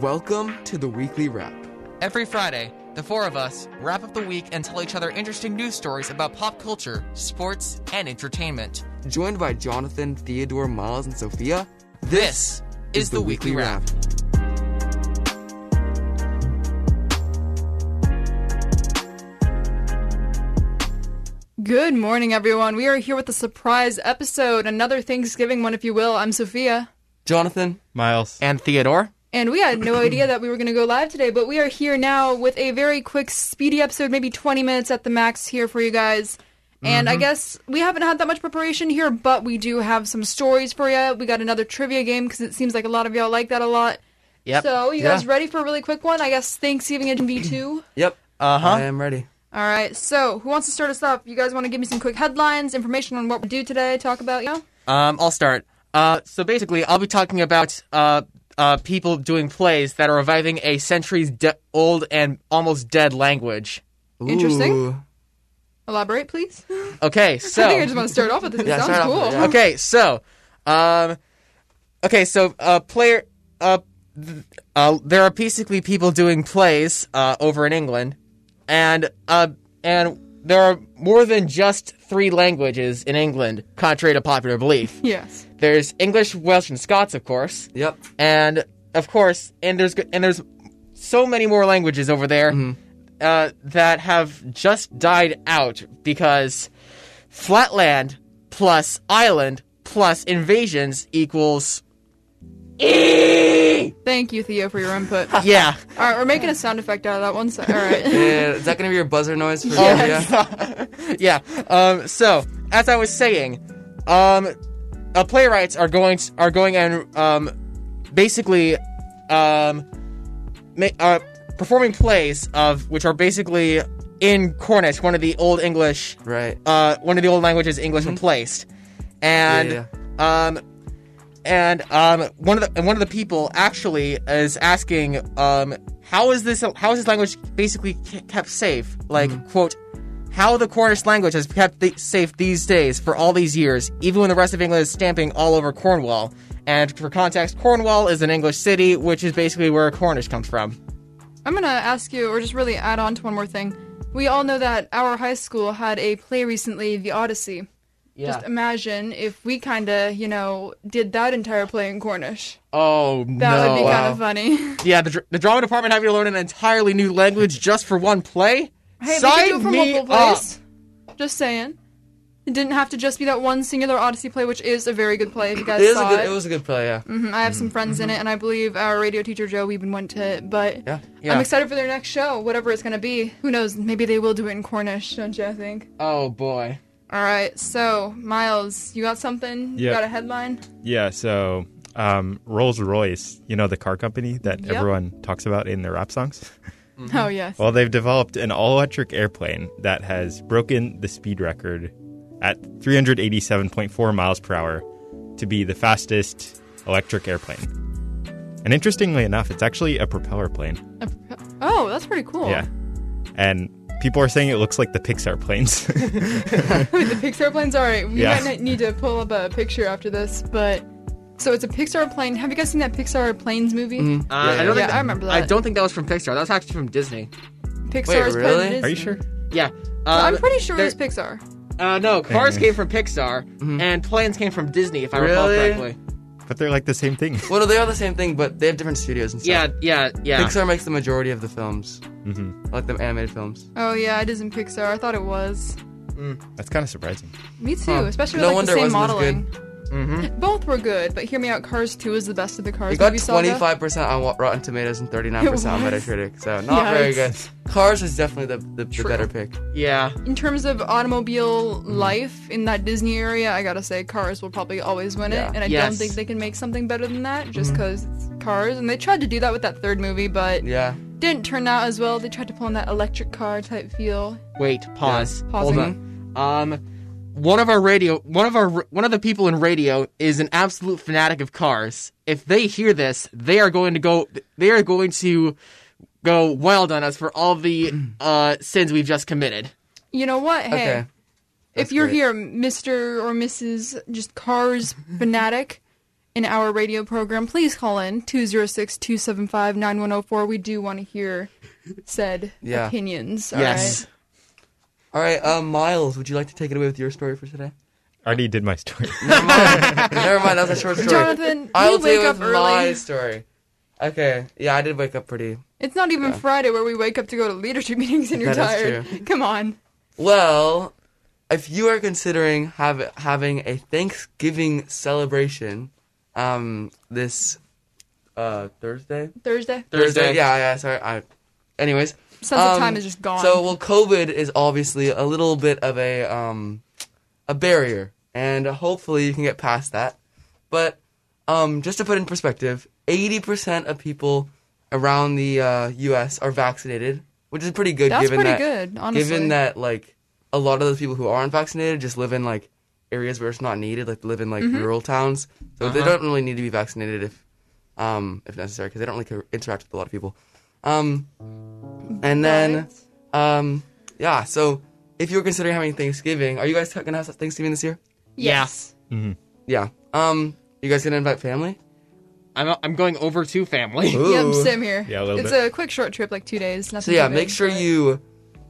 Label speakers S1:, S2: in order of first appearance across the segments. S1: Welcome to the weekly wrap.
S2: Every Friday, the four of us wrap up the week and tell each other interesting news stories about pop culture, sports, and entertainment.
S1: Joined by Jonathan, Theodore, Miles, and Sophia,
S2: This is, the, Weekly Wrap.
S3: Good morning, everyone. We are here with a surprise episode, another Thanksgiving one, if you will. I'm Sophia.
S1: Jonathan,
S4: Miles.
S2: And Theodore?
S3: And we had no idea that we were going to go live today, but we are here now with a very quick, speedy episode, maybe 20 minutes at the max here for you guys. And I guess we haven't had that much preparation here, but we do have some stories for you. We got another trivia game because it seems like a lot of y'all like that a lot.
S2: Yep.
S3: So, you guys ready for a really quick one? I guess Thanksgiving in V2.
S1: yep,
S2: Uh
S1: I
S2: huh.
S1: am ready.
S3: All right. So, who wants to start us off? You guys want to give me some quick headlines, information on what we do today, talk about, you know?
S2: Um, I'll start. Uh, so basically, I'll be talking about uh, uh, people doing plays that are reviving a centuries de- old and almost dead language.
S3: Interesting.
S1: Ooh.
S3: Elaborate, please.
S2: Okay, so.
S3: I think I just want to start off with this. It
S1: Yeah,
S3: sounds
S1: start off
S3: cool.
S1: with it, yeah.
S2: Okay, so, um, okay, so uh, player, uh, th- uh, there are basically people doing plays uh, over in England, and uh, and there are more than just three languages in England, contrary to popular belief.
S3: Yes.
S2: There's English, Welsh, and Scots, of course,
S1: Yep.
S2: and of course, and there's g- and there's so many more languages over there uh, that have just died out because flatland plus island plus invasions equals E.
S3: Thank you, Theo, for your input. All
S2: Yeah.
S3: right, we're making a sound effect out of that one. So, all right.
S1: Yeah, Uh, is that gonna be your buzzer noise for
S3: Yes.
S1: yeah?
S2: yeah. Um, so, as I was saying, um, uh, playwrights are going are going and um, basically um, ma- uh, performing plays of which are basically in Cornish, one of the old English,
S1: Right.
S2: uh, one of the old languages English replaced, and
S1: Mm-hmm. Yeah,
S2: um, and um, one of the and one of the people actually is asking um, how is this how is this language basically ke- kept safe? Like
S1: Mm-hmm.
S2: quote, how the Cornish language has kept the- safe these days for all these years, even when the rest of England is stamping all over Cornwall. And for context, Cornwall is an English city, which is basically where Cornish comes from.
S3: I'm gonna ask you, or just really add on to one more thing. We all know that our high school had a play recently, The Odyssey. Just imagine if we kind of, you know, did that entire play in Cornish.
S2: Oh
S3: That
S2: no.
S3: would be kind of funny.
S2: yeah, the, dr- the drama department having to learn an entirely new language just for one play.
S3: hey,
S2: Sign
S3: we could do it from
S2: me
S3: multiple
S2: up.
S3: plays. Just saying. It didn't have to just be that one singular Odyssey play, which is a very good play. If you guys
S1: It is a
S3: saw
S1: good.
S3: it,
S1: It was a good play. Yeah.
S3: Mhm, I have
S4: Mm-hmm.
S3: some friends in it, and I believe our radio teacher Joe even went to it. But
S1: Yeah.
S2: Yeah.
S3: I'm excited for their next show, whatever it's going to be. Who knows? Maybe they will do it in Cornish, don't you think?
S4: Uh,
S2: Oh boy.
S3: All right, so Miles, you got something? You
S4: Yeah.
S3: got a headline?
S4: Yeah, so um, Rolls Royce, you know, the car company that
S3: Yep.
S4: everyone talks about in their rap songs.
S3: Oh yes.
S4: Mm-hmm. Well, they've developed an all electric airplane that has broken the speed record at 387.4 miles per hour to be the fastest electric airplane. And interestingly enough, it's actually a propeller plane.
S3: oh, that's pretty cool.
S4: Yeah. And people are saying it looks like the Pixar planes.
S3: Wait, the Pixar plane's all right. We
S4: Yeah.
S3: might not need to pull up a picture after this, but so it's a Pixar plane. Have you guys seen that Pixar planes movie?
S4: Mm-hmm.
S2: Uh,
S1: Yeah,
S2: I don't
S3: yeah,
S2: think
S3: I remember that.
S2: I don't think that was from Pixar. That was actually from Disney.
S3: Pixar's
S1: Wait, really?
S3: Planet
S4: are you
S3: Disney.
S4: sure?
S2: Yeah. Uh,
S3: I'm pretty sure it
S2: there-
S3: was Pixar.
S2: Uh, no, cars
S4: Yeah.
S2: came from Pixar and planes came from Disney, if I recall
S1: Really?
S2: correctly.
S4: But they're like the same thing.
S1: Well, no, they are the same thing, but they have different studios and stuff.
S2: Yeah, yeah, yeah.
S1: Pixar makes the majority of the films, mm-hmm. like the animated films.
S3: Oh yeah, it isn't Pixar. I thought it was.
S4: That's kind of surprising.
S3: Me too,
S1: Huh.
S3: especially
S1: No
S3: with like,
S1: wonder
S3: the
S1: it
S3: same
S1: wasn't as Mm-hmm.
S3: modeling. Both were good, but hear me out. Cars 2 is the best of the Cars
S1: It got
S3: movie saga.
S1: twenty five percent on Wa- Rotten Tomatoes and thirty nine percent on
S3: It was.
S1: Metacritic, so not
S3: Yeah,
S1: very good.
S3: it's-
S1: Cars is definitely the, the, the better pick.
S2: yeah.
S3: In terms of automobile life in that Disney area, I gotta say Cars will probably always win
S1: Yeah. Mm-hmm.
S3: it, and I don't
S2: Yes.
S3: think they can make something better than that just because it's Cars. And they tried to do that with that third movie, but
S1: Yeah.
S3: didn't turn out as well. They tried to pull in that electric car type feel.
S2: Wait, pause. Hold
S3: Pausing.
S2: on. Um one of our radio one of our one of the people in radio is an absolute fanatic of cars. If they hear this, they are going to go they are going to go wild on us for all the uh sins we've just committed.
S3: You know what? Hey,
S1: Okay.
S3: if you're
S1: great. Mm-hmm.
S3: here, Mr. or Mrs. just Cars fanatic, in our radio program, please call in 206 275 9104. We do want to hear said
S1: Yeah.
S3: opinions. all
S2: yes.
S3: right?
S1: All right, uh, Miles, would you like to take it away with your story for today?
S4: I already did my story.
S1: Never mind. Never mind. That was a short story.
S3: Jonathan,
S1: I'll
S3: you wake
S1: deal
S3: up
S1: with
S3: early.
S1: my story. Okay. Yeah, I did wake up pretty.
S3: It's not even Friday where we wake up to go to leadership meetings and you're
S1: That
S3: tired.
S1: is
S3: Come on.
S1: Well, if you are considering have, having a Thanksgiving celebration, um, this uh Thursday.
S3: Thursday.
S2: Thursday.
S1: Yeah. Yeah. Sorry. I. Anyways.
S3: Sense of
S1: um,
S3: time is just gone.
S1: So well, COVID is obviously a little bit of a um, a barrier, and hopefully you can get past that. But um, just to put in perspective, eighty percent of people around the uh, U.S. are vaccinated, which is pretty good.
S3: That's
S1: given
S3: pretty
S1: that,
S3: good, honestly.
S1: Given that, like a lot of those people who aren't vaccinated just live in like areas where it's not needed, like live in like
S3: Mm-hmm.
S1: rural towns, so they
S3: Uh-huh.
S1: don't really need to be vaccinated if um, if necessary, because they don't really co- interact with a lot of people. Um, and then, um, yeah. So if you're considering having Thanksgiving, are you guys gonna have Thanksgiving this year?
S3: yes.
S1: Yeah. Um, you guys gonna invite family?
S2: I'm I'm going over to family.
S1: Ooh.
S3: Yep, same here.
S4: Yeah, a little
S3: it's
S4: bit.
S3: a quick short trip, like two days. Nothing
S1: So yeah,
S3: too
S1: make
S3: big,
S1: sure
S3: but-
S1: you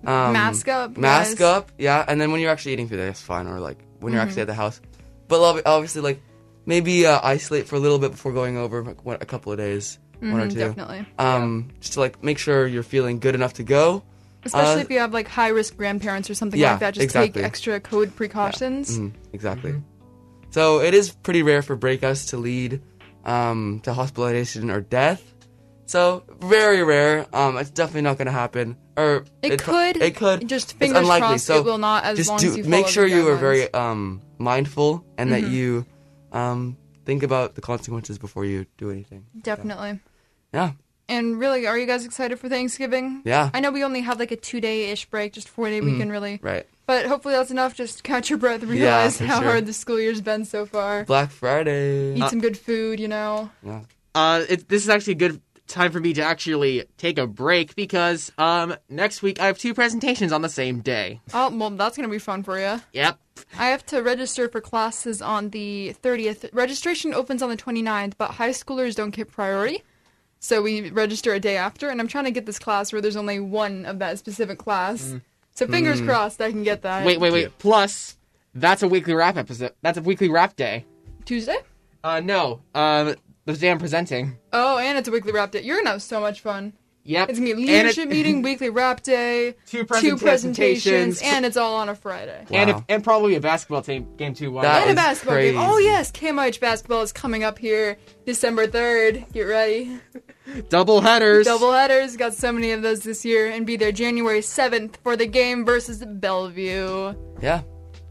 S1: um,
S3: Mask up,
S1: Mask
S3: guys.
S1: up, yeah. And then when you're actually eating food, that's fine. Or like when you're
S3: Mm-hmm.
S1: actually at the house, but ob- obviously like maybe uh, isolate for a little bit before going over, like one, a couple of days, one or
S3: Mhm,
S1: two.
S3: Definitely.
S1: Um, just to like make sure you're feeling good enough to go.
S3: Especially
S1: uh,
S3: if you have like high risk grandparents or something
S1: Yeah,
S3: like that, just
S1: exactly.
S3: take extra code precautions.
S1: Mm, exactly.
S3: Mm-hmm.
S1: So it is pretty rare for breakouts to lead um, to hospitalization or death. So very rare. Um, it's definitely not going to happen. Or
S3: It
S1: pro-
S3: could.
S1: It could.
S3: Just
S1: It's
S3: fingers
S1: unlikely.
S3: crossed
S1: So
S3: it will not as
S1: just
S3: long
S1: do,
S3: as you
S1: make
S3: follow
S1: sure
S3: the
S1: you are
S3: guidelines. Mm-hmm.
S1: very um, mindful and that you um, think about the consequences before you do anything.
S3: Definitely.
S1: Yeah.
S3: And really, are you guys excited for Thanksgiving?
S1: Yeah. Mm.
S3: I know we only have like a two day ish break, just four day weekend really.
S1: Right.
S3: But hopefully that's enough. Just catch your breath, realize
S1: for
S3: how
S1: sure.
S3: hard the school year's been so far.
S1: Black Friday. Uh,
S3: Eat some good food, you know.
S1: yeah.
S2: Uh, it, this is actually a good time for me to actually take a break because um next week I have two presentations on the same day.
S3: Oh, well, that's going to be fun for you.
S2: Yep.
S3: I have to register for classes on the 30th. Registration opens on the 29th, but high schoolers don't get priority. So we register a day after, and I'm trying to get this class where there's only one of that specific class.
S2: Mm.
S3: So fingers
S2: Hmm.
S3: crossed I can get that.
S2: Wait, wait, wait. Plus, that's a weekly wrap episode. That's a weekly wrap day.
S3: Tuesday?
S2: Uh, no. Um, the day I'm presenting.
S3: Oh, and it's a weekly wrap day. You're going to have so much fun.
S2: Yep.
S3: It's going to be
S2: And
S3: leadership
S2: it-
S3: meeting, weekly wrap day,
S2: Two
S3: two presentations,
S2: presentations.
S3: and it's all on a Friday.
S2: And,
S1: Wow.
S2: if, and probably a basketball team, game two. Wow.
S1: That
S3: and a
S1: is
S3: basketball game.
S1: crazy.
S3: Oh, yes, KMIH basketball is coming up here December 3rd. Get ready.
S2: double headers.
S3: Double headers got so many of those this year, and be there January seventh for the game versus Bellevue.
S1: Yeah.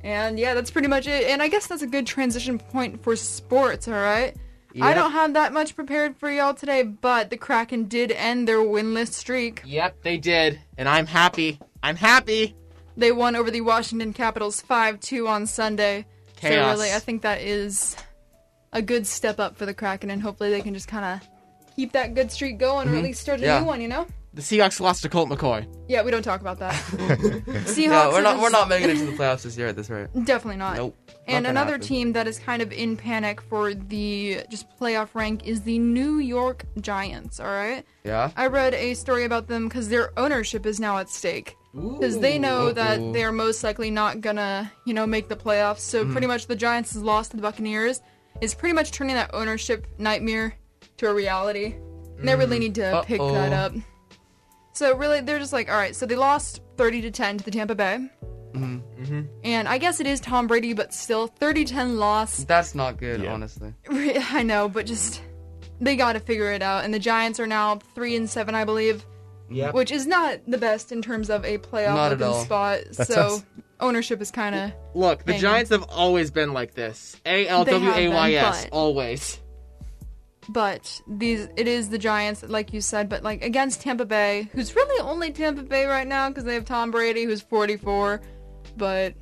S3: And yeah, that's pretty much it. And I guess that's a good transition point for sports. All right, I
S2: Yep.
S3: don't have that much prepared for y'all today, but the Kraken did end their winless streak.
S2: Yep, they did. And I'm happy. I'm happy.
S3: They won over the Washington Capitals five two on Sunday.
S2: Chaos.
S3: So really, I think that is a good step up for the Kraken, and hopefully they can just kind of keep that good streak going,
S2: Mm-hmm.
S3: or at least start a
S1: Yeah.
S3: new one. You know.
S2: The Seahawks lost to Colt McCoy.
S3: Yeah, we don't talk about that. Seahawks.
S1: Yeah. We're
S3: are
S1: not.
S3: just-
S1: We're not making it to the playoffs this year at this rate.
S3: Definitely not.
S1: Nope.
S3: And
S1: Not gonna
S3: another
S1: happen.
S3: team that is kind of in panic for the just playoff rank is the New York Giants. All right,
S1: Yeah.
S3: I read a story about them because their ownership is now at stake because they know that
S1: Ooh.
S3: they're most likely not gonna, you know, make the playoffs. So
S1: Mm-hmm.
S3: pretty much the Giants' loss to the Buccaneers is pretty much turning that ownership nightmare to a reality. And they really need to pick
S1: Mm. Uh-oh.
S3: that up. So really, they're just like, all right. So they lost thirty to ten to the Tampa Bay.
S1: Mm-hmm.
S3: And I guess it is Tom Brady, but still, 30 10 loss.
S1: That's not good,
S4: Yeah.
S1: honestly.
S3: I know, but just they got to figure it out. And the Giants are now three and seven, I believe.
S2: Yep.
S3: Which is not the best in terms of a playoff
S1: Not at
S3: open
S1: all.
S3: spot.
S4: That's
S3: so
S4: us.
S3: ownership is kind of
S2: Look, the
S3: Hang on.
S2: Giants have always been like this. A L W A Y
S3: They have
S2: S.
S3: been, but-
S2: Always.
S3: but these it is the Giants, like you said, but like against Tampa Bay, who's really only Tampa Bay right now because they have Tom Brady, who's 44. But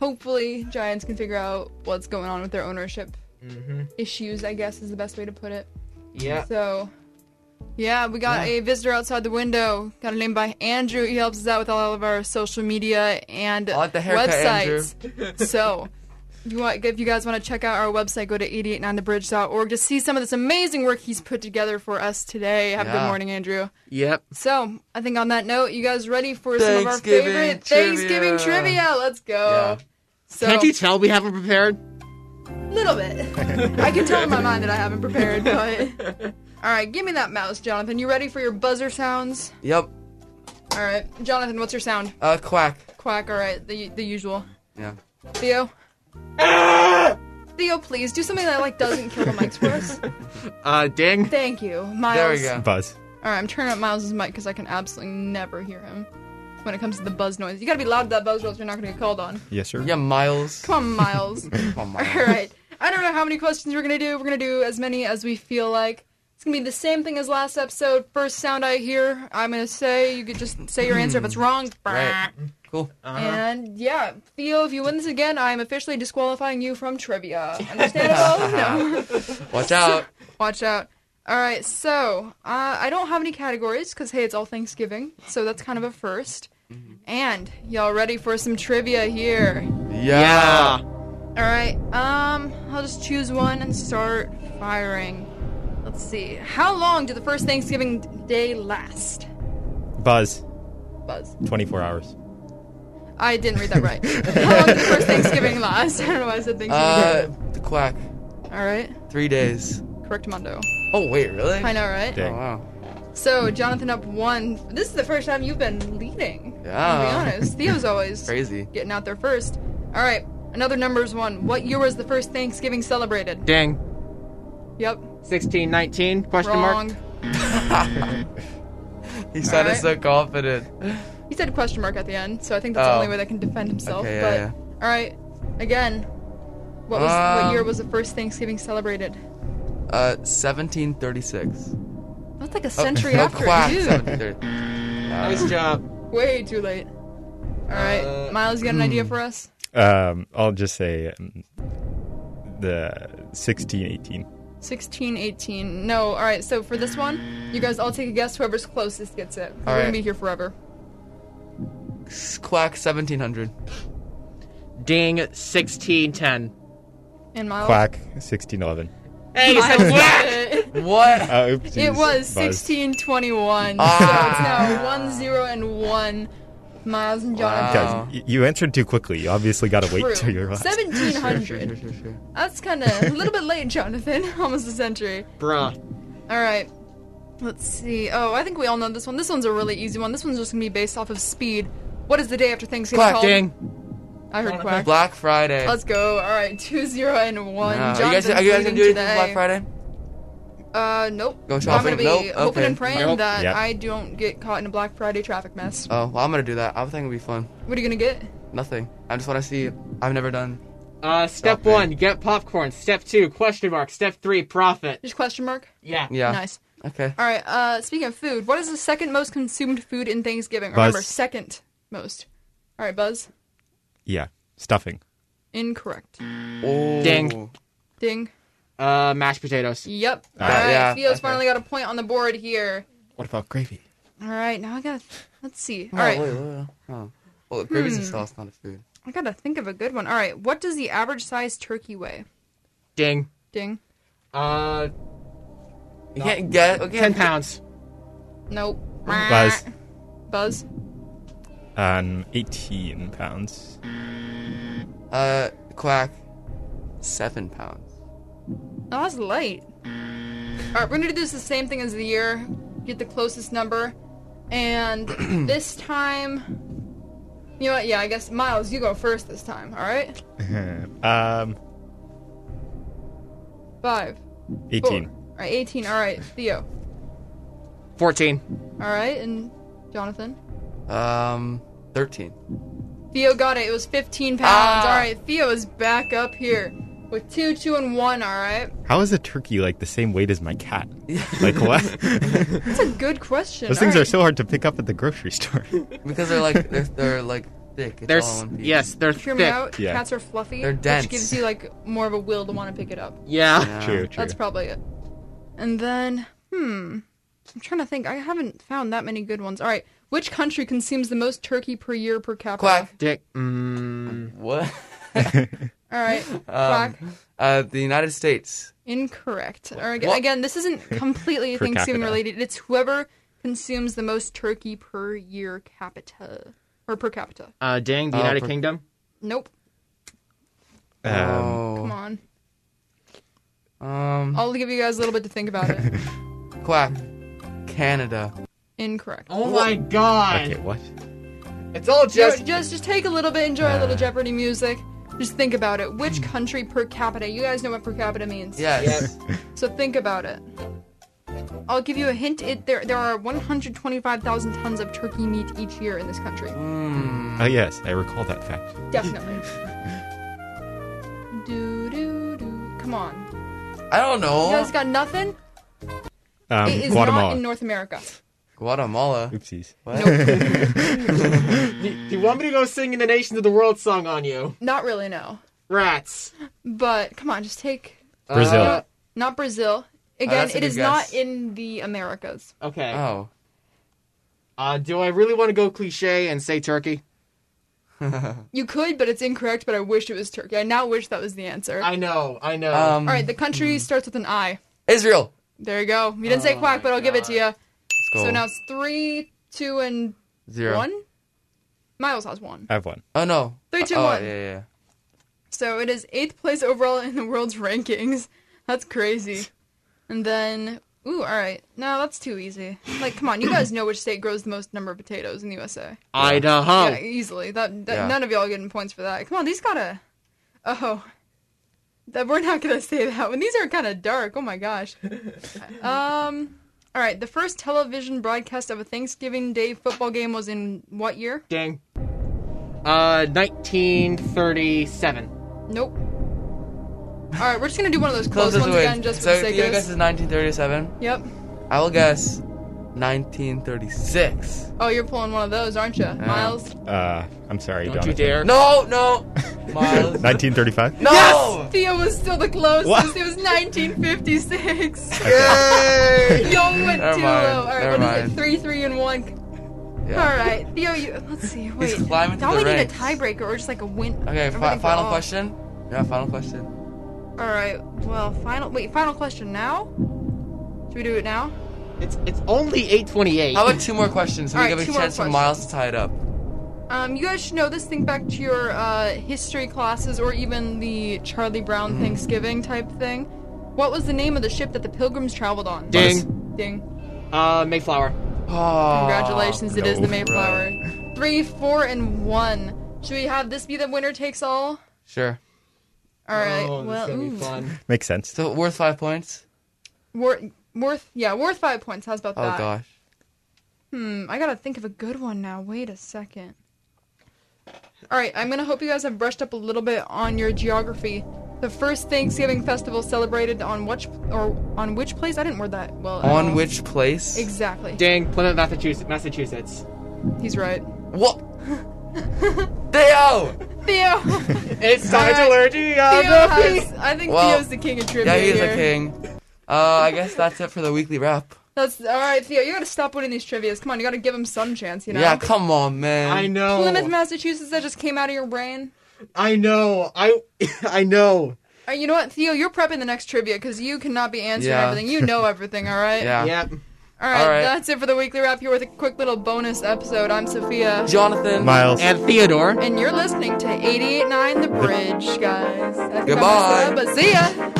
S3: hopefully, Giants can figure out what's going on with their ownership
S1: Mm-hmm.
S3: issues. I guess is the best way to put it.
S2: Yeah.
S3: So, yeah, we got a visitor outside the window. Got a name by Andrew. He helps us out with all of our social media and
S1: I like the haircut,
S3: websites. so, If you, want, if you guys want to check out our website, go to 889thebridge.org to see some of this amazing work he's put together for us today. Have a good
S1: Yeah.
S3: morning, Andrew.
S2: Yep.
S3: So, I think on that note, you guys ready for some of our
S1: Thanksgiving
S3: favorite
S1: trivia.
S3: Thanksgiving trivia? Let's go.
S1: Yeah.
S3: So,
S2: Can't you tell we haven't prepared?
S3: little bit. I can tell in my mind that I haven't prepared, but. All right, give me that mouse, Jonathan. You ready for your buzzer sounds?
S1: Yep.
S3: All right, Jonathan, what's your sound?
S1: Uh, quack.
S3: Quack. All right, the the usual.
S1: Yeah.
S3: Theo. Theo, please do something that like doesn't kill the mics for us.
S2: Uh, ding.
S3: Thank you, Miles.
S1: There we go.
S4: Buzz.
S3: All right, I'm turning up Miles's mic because I can absolutely never hear him when it comes to the buzz noise. You gotta be loud with that buzz, or else you're not gonna get called on.
S4: Yes, sir.
S1: Yeah, Miles.
S3: Come on, Miles.
S1: Come on,
S3: All
S1: Miles.
S3: right. I don't know how many questions we're gonna do. We're gonna do as many as we feel like. It's gonna be the same thing as last episode. First sound I hear, I'm gonna say. You could just say your answer if it's wrong.
S1: Right. Cool.
S3: And yeah, Theo, if you win this again, I'm officially disqualifying you from trivia. Understandable? no.
S1: Watch out.
S3: Watch out. All right, so uh, I don't have any categories because hey, it's all Thanksgiving, so that's kind of a 1st And y'all ready for some trivia here?
S1: Yeah.
S3: All right, um, I'll just choose one and start firing. Let's see. How long did the first Thanksgiving day last?
S4: Buzz.
S3: Buzz.
S4: 24 hours.
S3: I didn't read that right. How long did the first Thanksgiving last? I don't know why I said Thanksgiving.
S1: Uh, the quack.
S3: All right.
S1: Three days.
S3: Correct, Mondo.
S1: Oh wait, really?
S3: I know, right?
S1: Oh
S4: Dang.
S1: wow.
S3: So, Jonathan up one. This is the first time you've been leading. To be
S1: Yeah.
S3: honest, Theo's always
S1: Crazy.
S3: getting out there first. All right, another numbers one. What year was the first Thanksgiving celebrated?
S2: Ding.
S3: Yep,
S2: 16, 19? Question
S3: wrong.
S2: mark.
S1: He sounded
S3: right.
S1: so confident.
S3: He said question mark at the end, so I think that's the
S1: Oh.
S3: only way that can defend himself.
S1: Okay, yeah,
S3: but
S1: yeah.
S3: all right, again, what was what
S1: Um,
S3: year was the first Thanksgiving celebrated?
S1: Uh, 1736.
S3: That's like a century
S1: Oh, no,
S3: after,
S1: quack. Uh,
S3: dude.
S1: 1730.
S2: Nice job.
S3: Way too late. All right,
S2: Uh,
S3: Miles, you got an idea
S1: hmm.
S3: for us?
S4: Um, I'll just say um, the 16, 18.
S3: 16, 18. No, all right. So for this one, you guys all take a guess. Whoever's closest gets it. We're
S1: All
S3: gonna
S1: right.
S3: be here forever.
S1: Quack 1700.
S2: Ding. 16, 10.
S3: And Miles.
S4: Quack. 1611.
S2: Hey, you
S3: Miles
S2: said
S3: got
S2: what?
S3: it.
S1: What?
S4: Uh, oopsies.
S3: It was
S4: Buzz.
S3: 1621. So it's now
S1: Ah.
S3: one zero and one. Miles and Jonathan.
S4: Guys, y- you answered too quickly. You obviously got to wait till your
S3: True.
S4: last.
S3: Seventeen
S1: Sure, sure,
S3: hundred.
S1: sure, sure.
S3: That's kind of a little bit late, Jonathan. Almost a century.
S1: Mm.
S2: Bruh.
S3: All right. Let's see. Oh, I think we all know this one. This one's a really easy one. This one's just gonna be based off of speed. What is the day after Thanksgiving
S1: Quack,
S3: called?
S2: Ding.
S3: I heard quack.
S1: Black Friday.
S3: Let's go. All right, two zero and one.
S1: Yeah. Are you
S3: Jonathan's
S1: guys, are you guys
S3: leading
S1: gonna do anything
S3: today.
S1: for Black Friday?
S3: Uh, nope.
S1: Go
S3: I'm
S1: shopping?
S3: gonna be
S1: Nope.
S3: hoping
S1: Okay.
S3: and praying
S2: Nope.
S3: that
S4: Yep.
S3: I don't get caught in a Black Friday traffic mess.
S1: Oh, well, I'm gonna do that. I think it'll be fun.
S3: What are you gonna get?
S1: Nothing. I just want to see. I've never done.
S2: Uh, step
S1: Stop it.
S2: one, get popcorn. Step two, question mark. Step three, profit.
S3: Just question mark.
S2: Yeah.
S1: Yeah.
S3: Nice.
S1: Okay.
S3: All right. Uh, speaking of food, what is the second most consumed food in Thanksgiving?
S4: Buzz.
S3: Remember, second most. All right, Buzz.
S4: Yeah, stuffing.
S3: Incorrect.
S1: Oh.
S2: Ding.
S3: Ding.
S2: Uh, mashed potatoes.
S3: Yep. All
S4: right,
S3: right.
S1: yeah,
S3: Theo's
S1: okay.
S3: finally got a point on the board here.
S4: What about gravy?
S3: All right. Now I gotta. Let's see. All
S1: Oh,
S3: right.
S1: wait, wait, wait. Oh. Well, gravy's a sauce, not a food.
S3: I gotta think of a good one. All right. What does the average sized turkey weigh?
S2: Ding.
S3: Ding.
S2: Uh,
S1: You can't get. Okay.
S2: 10 pounds.
S3: Nope.
S4: Buzz.
S3: Buzz.
S4: Um, 18 pounds.
S1: Uh, quack. Seven pounds.
S3: Oh, that's light. All right, we're gonna do this the same thing as the year. Get the closest number, and this time, you know what? Yeah, I guess Miles, you go first this time. All right,
S4: um,
S3: five, four,
S4: 18.
S3: all right, eighteen. All right, Theo.
S2: 14.
S3: All right, and Jonathan.
S1: Um, thirteen.
S3: Theo got it. It was fifteen pounds.
S1: Ah.
S3: All right, Theo is back up here with two, two, and one. All right,
S4: How is a turkey like the same weight as my cat? Like what?
S3: that's a good question.
S4: Those
S3: All
S4: things are
S3: right.
S4: so hard to pick up at the grocery store.
S1: Because they're like they're, they're like thick. It's all
S2: There's,
S1: in one piece.
S2: yes, they're
S3: Hear
S2: thick.
S3: me out.
S4: Yeah.
S3: Cats are fluffy,
S1: They're
S3: which
S1: dense.
S3: gives you like more of a will to want to pick it up.
S2: Yeah.
S1: Yeah.
S4: True, true.
S3: That's probably it. And then, hmm, I'm trying to think. I haven't found that many good ones. All right, which country consumes the most turkey per year per capita?
S1: Quack.
S2: Dick. Mm,
S1: What?
S3: All right.
S1: Um,
S3: Quack.
S1: uh, the United States.
S3: Incorrect. Or again,
S1: what?
S3: again, this isn't completely
S4: Per
S3: Thanksgiving
S4: capita.
S3: related. It's whoever consumes the most turkey per year capita or per capita.
S5: Uh, dang, the
S1: Oh,
S5: United
S1: per-
S5: Kingdom.
S3: Nope.
S4: Um,
S1: oh.
S3: Come on.
S1: Um,
S3: I'll give you guys a little bit to think about it. Oh.
S1: quack. Canada.
S3: Incorrect.
S5: Oh my god!
S4: okay, what?
S5: It's all
S3: Just,
S5: just.
S3: just just take a little bit, enjoy a little Jeopardy music. Just think about it. Which country per capita? You guys know what per capita means.
S1: Yes.
S3: So think about it. I'll give you a hint. It there there are 125,000 tons of turkey meat each year in this country.
S1: Hmm.
S4: Oh yes, I recall that fact.
S3: Definitely. do do do. Come on.
S1: I don't
S3: You
S1: know.
S3: guys got nothing?
S4: Um,
S3: it is
S4: Guatemala.
S3: not in North America.
S1: Guatemala.
S4: Oopsies.
S1: What?
S3: Nope.
S5: Do you want me to go singing the Nations of the World song on you?
S3: not really, no.
S5: Rats.
S3: But come on, just take.
S4: Brazil.
S5: Uh,
S3: Not Brazil. Again,
S1: that's a
S3: it
S1: good
S3: is
S1: guess.
S3: not in the Americas.
S5: okay.
S1: Oh.
S5: Uh, do I really want to go cliche and say Turkey?
S3: You could, but it's incorrect, but I wish it was Turkey. I now wish that was the answer.
S5: I know, I know.
S1: Um,
S3: All right, the country starts with an I.
S1: Israel.
S3: There you go. You didn't say
S5: Oh
S3: quack,
S5: my
S3: but I'll give it to you.
S1: Let's go.
S3: So now it's three, two, and
S1: Zero.
S3: one. Miles has one.
S4: I have one.
S1: Oh no.
S3: Three, two,
S1: oh,
S3: one.
S1: Yeah, yeah.
S3: So it is eighth place overall in the world's rankings. That's crazy. And then, ooh, all right. No, that's too easy. Like, come on, you guys know which state grows the most number of potatoes in the USA.
S2: Oh.
S5: Idaho.
S3: Yeah, easily. That, that
S1: Yeah.
S3: none of y'all are getting points for that. Come on, these gotta. Oh, that we're not gonna say that one. These are kind of dark. Oh my gosh. um. All right. The first television broadcast of a Thanksgiving Day football game was in what year?
S5: Dang. Uh, 1937.
S3: Nope. All right, we're just gonna do one of those close
S1: Closest
S3: ones
S1: way.
S3: again, just for
S1: so
S3: the sake
S1: your
S3: of.
S1: guess is 1937.
S3: Yep.
S1: I will guess 1936.
S3: Oh, you're pulling one of those, aren't you, Miles?
S4: Uh, I'm sorry,
S5: Don't
S4: Donovan.
S5: you dare.
S1: No, no. Miles.
S4: 1935.
S1: no.
S3: Theo was still the closest.
S4: What?
S3: It was 1956.
S1: Yay!
S3: Y'all went
S1: Never mind,
S3: too low. All right,
S1: never
S3: what is
S1: mind.
S3: it? Three, three, and one.
S1: Yeah.
S3: All right, Theo. You, let's see. Wait,
S1: climbing
S3: now
S1: through
S3: we
S1: the
S3: need
S1: ranks.
S3: a tiebreaker or just like a win.
S1: Okay,
S3: I'm
S1: fi-
S3: ready for
S1: final
S3: all.
S1: question. Yeah, final question.
S3: All right. Well, final. Wait, final question now. Should we do it now?
S5: It's it's only 828.
S1: How about two more questions? So we
S3: Alright,
S1: give
S3: two
S1: a
S3: more
S1: chance for Miles to tie it up.
S3: Um, you guys should know this. Think back to your uh, history classes or even the Charlie Brown
S5: Mm-hmm.
S3: Thanksgiving type thing. What was the name of the ship that the Pilgrims traveled on?
S5: Ding. Ah,
S3: Ding.
S5: Uh, Mayflower.
S1: Oh,
S3: Congratulations, it is
S4: no.
S3: the Mayflower. Three, four, and one. Should we have this be the winner takes all?
S1: Ah, Sure.
S3: All right.
S5: Oh, this is
S3: well,
S5: gonna be
S3: ooh.
S5: fun.
S4: Makes sense.
S1: So worth five points.
S3: Worth, worth, yeah, worth five points. How's about
S1: Oh
S3: that?
S1: gosh.
S3: Hmm, I gotta think of a good one now. Wait a second. All right, I'm gonna hope you guys have brushed up a little bit on your geography. The first Thanksgiving festival celebrated on which or on which place? I didn't word that well. at all.
S1: On which place?
S3: Exactly.
S5: Dang, Plymouth, Massachusetts. Massachusetts.
S3: He's right.
S1: What? Theo.
S3: Theo.
S5: It's time to
S3: Alright.
S5: learn
S3: Theo
S5: geography.
S3: has, I think
S1: Well,
S3: Theo's the king of trivia
S1: Yeah, he's
S3: here.
S1: a king. Uh, I guess that's it for the weekly wrap.
S3: That's all right, Theo. You gotta stop winning these trivia's. Come on, you gotta give him some chance. You know.
S1: Yeah, come on, man.
S5: I know.
S3: Plymouth, Massachusetts. That just came out of your brain.
S5: I know. I I know.
S3: Uh, you know what, Theo? You're prepping the next trivia because you cannot be answering
S1: Yeah.
S3: everything. You know everything, all right?
S1: Yeah.
S5: Yep.
S3: All right,
S1: All right.
S3: that's it for the weekly wrap here with a quick little bonus episode. I'm Sophia,
S1: Jonathan.
S4: Miles.
S5: And Theodore.
S3: and you're listening to 88.9 The Bridge, guys. I think I messed it
S1: Goodbye.
S3: up, But see ya.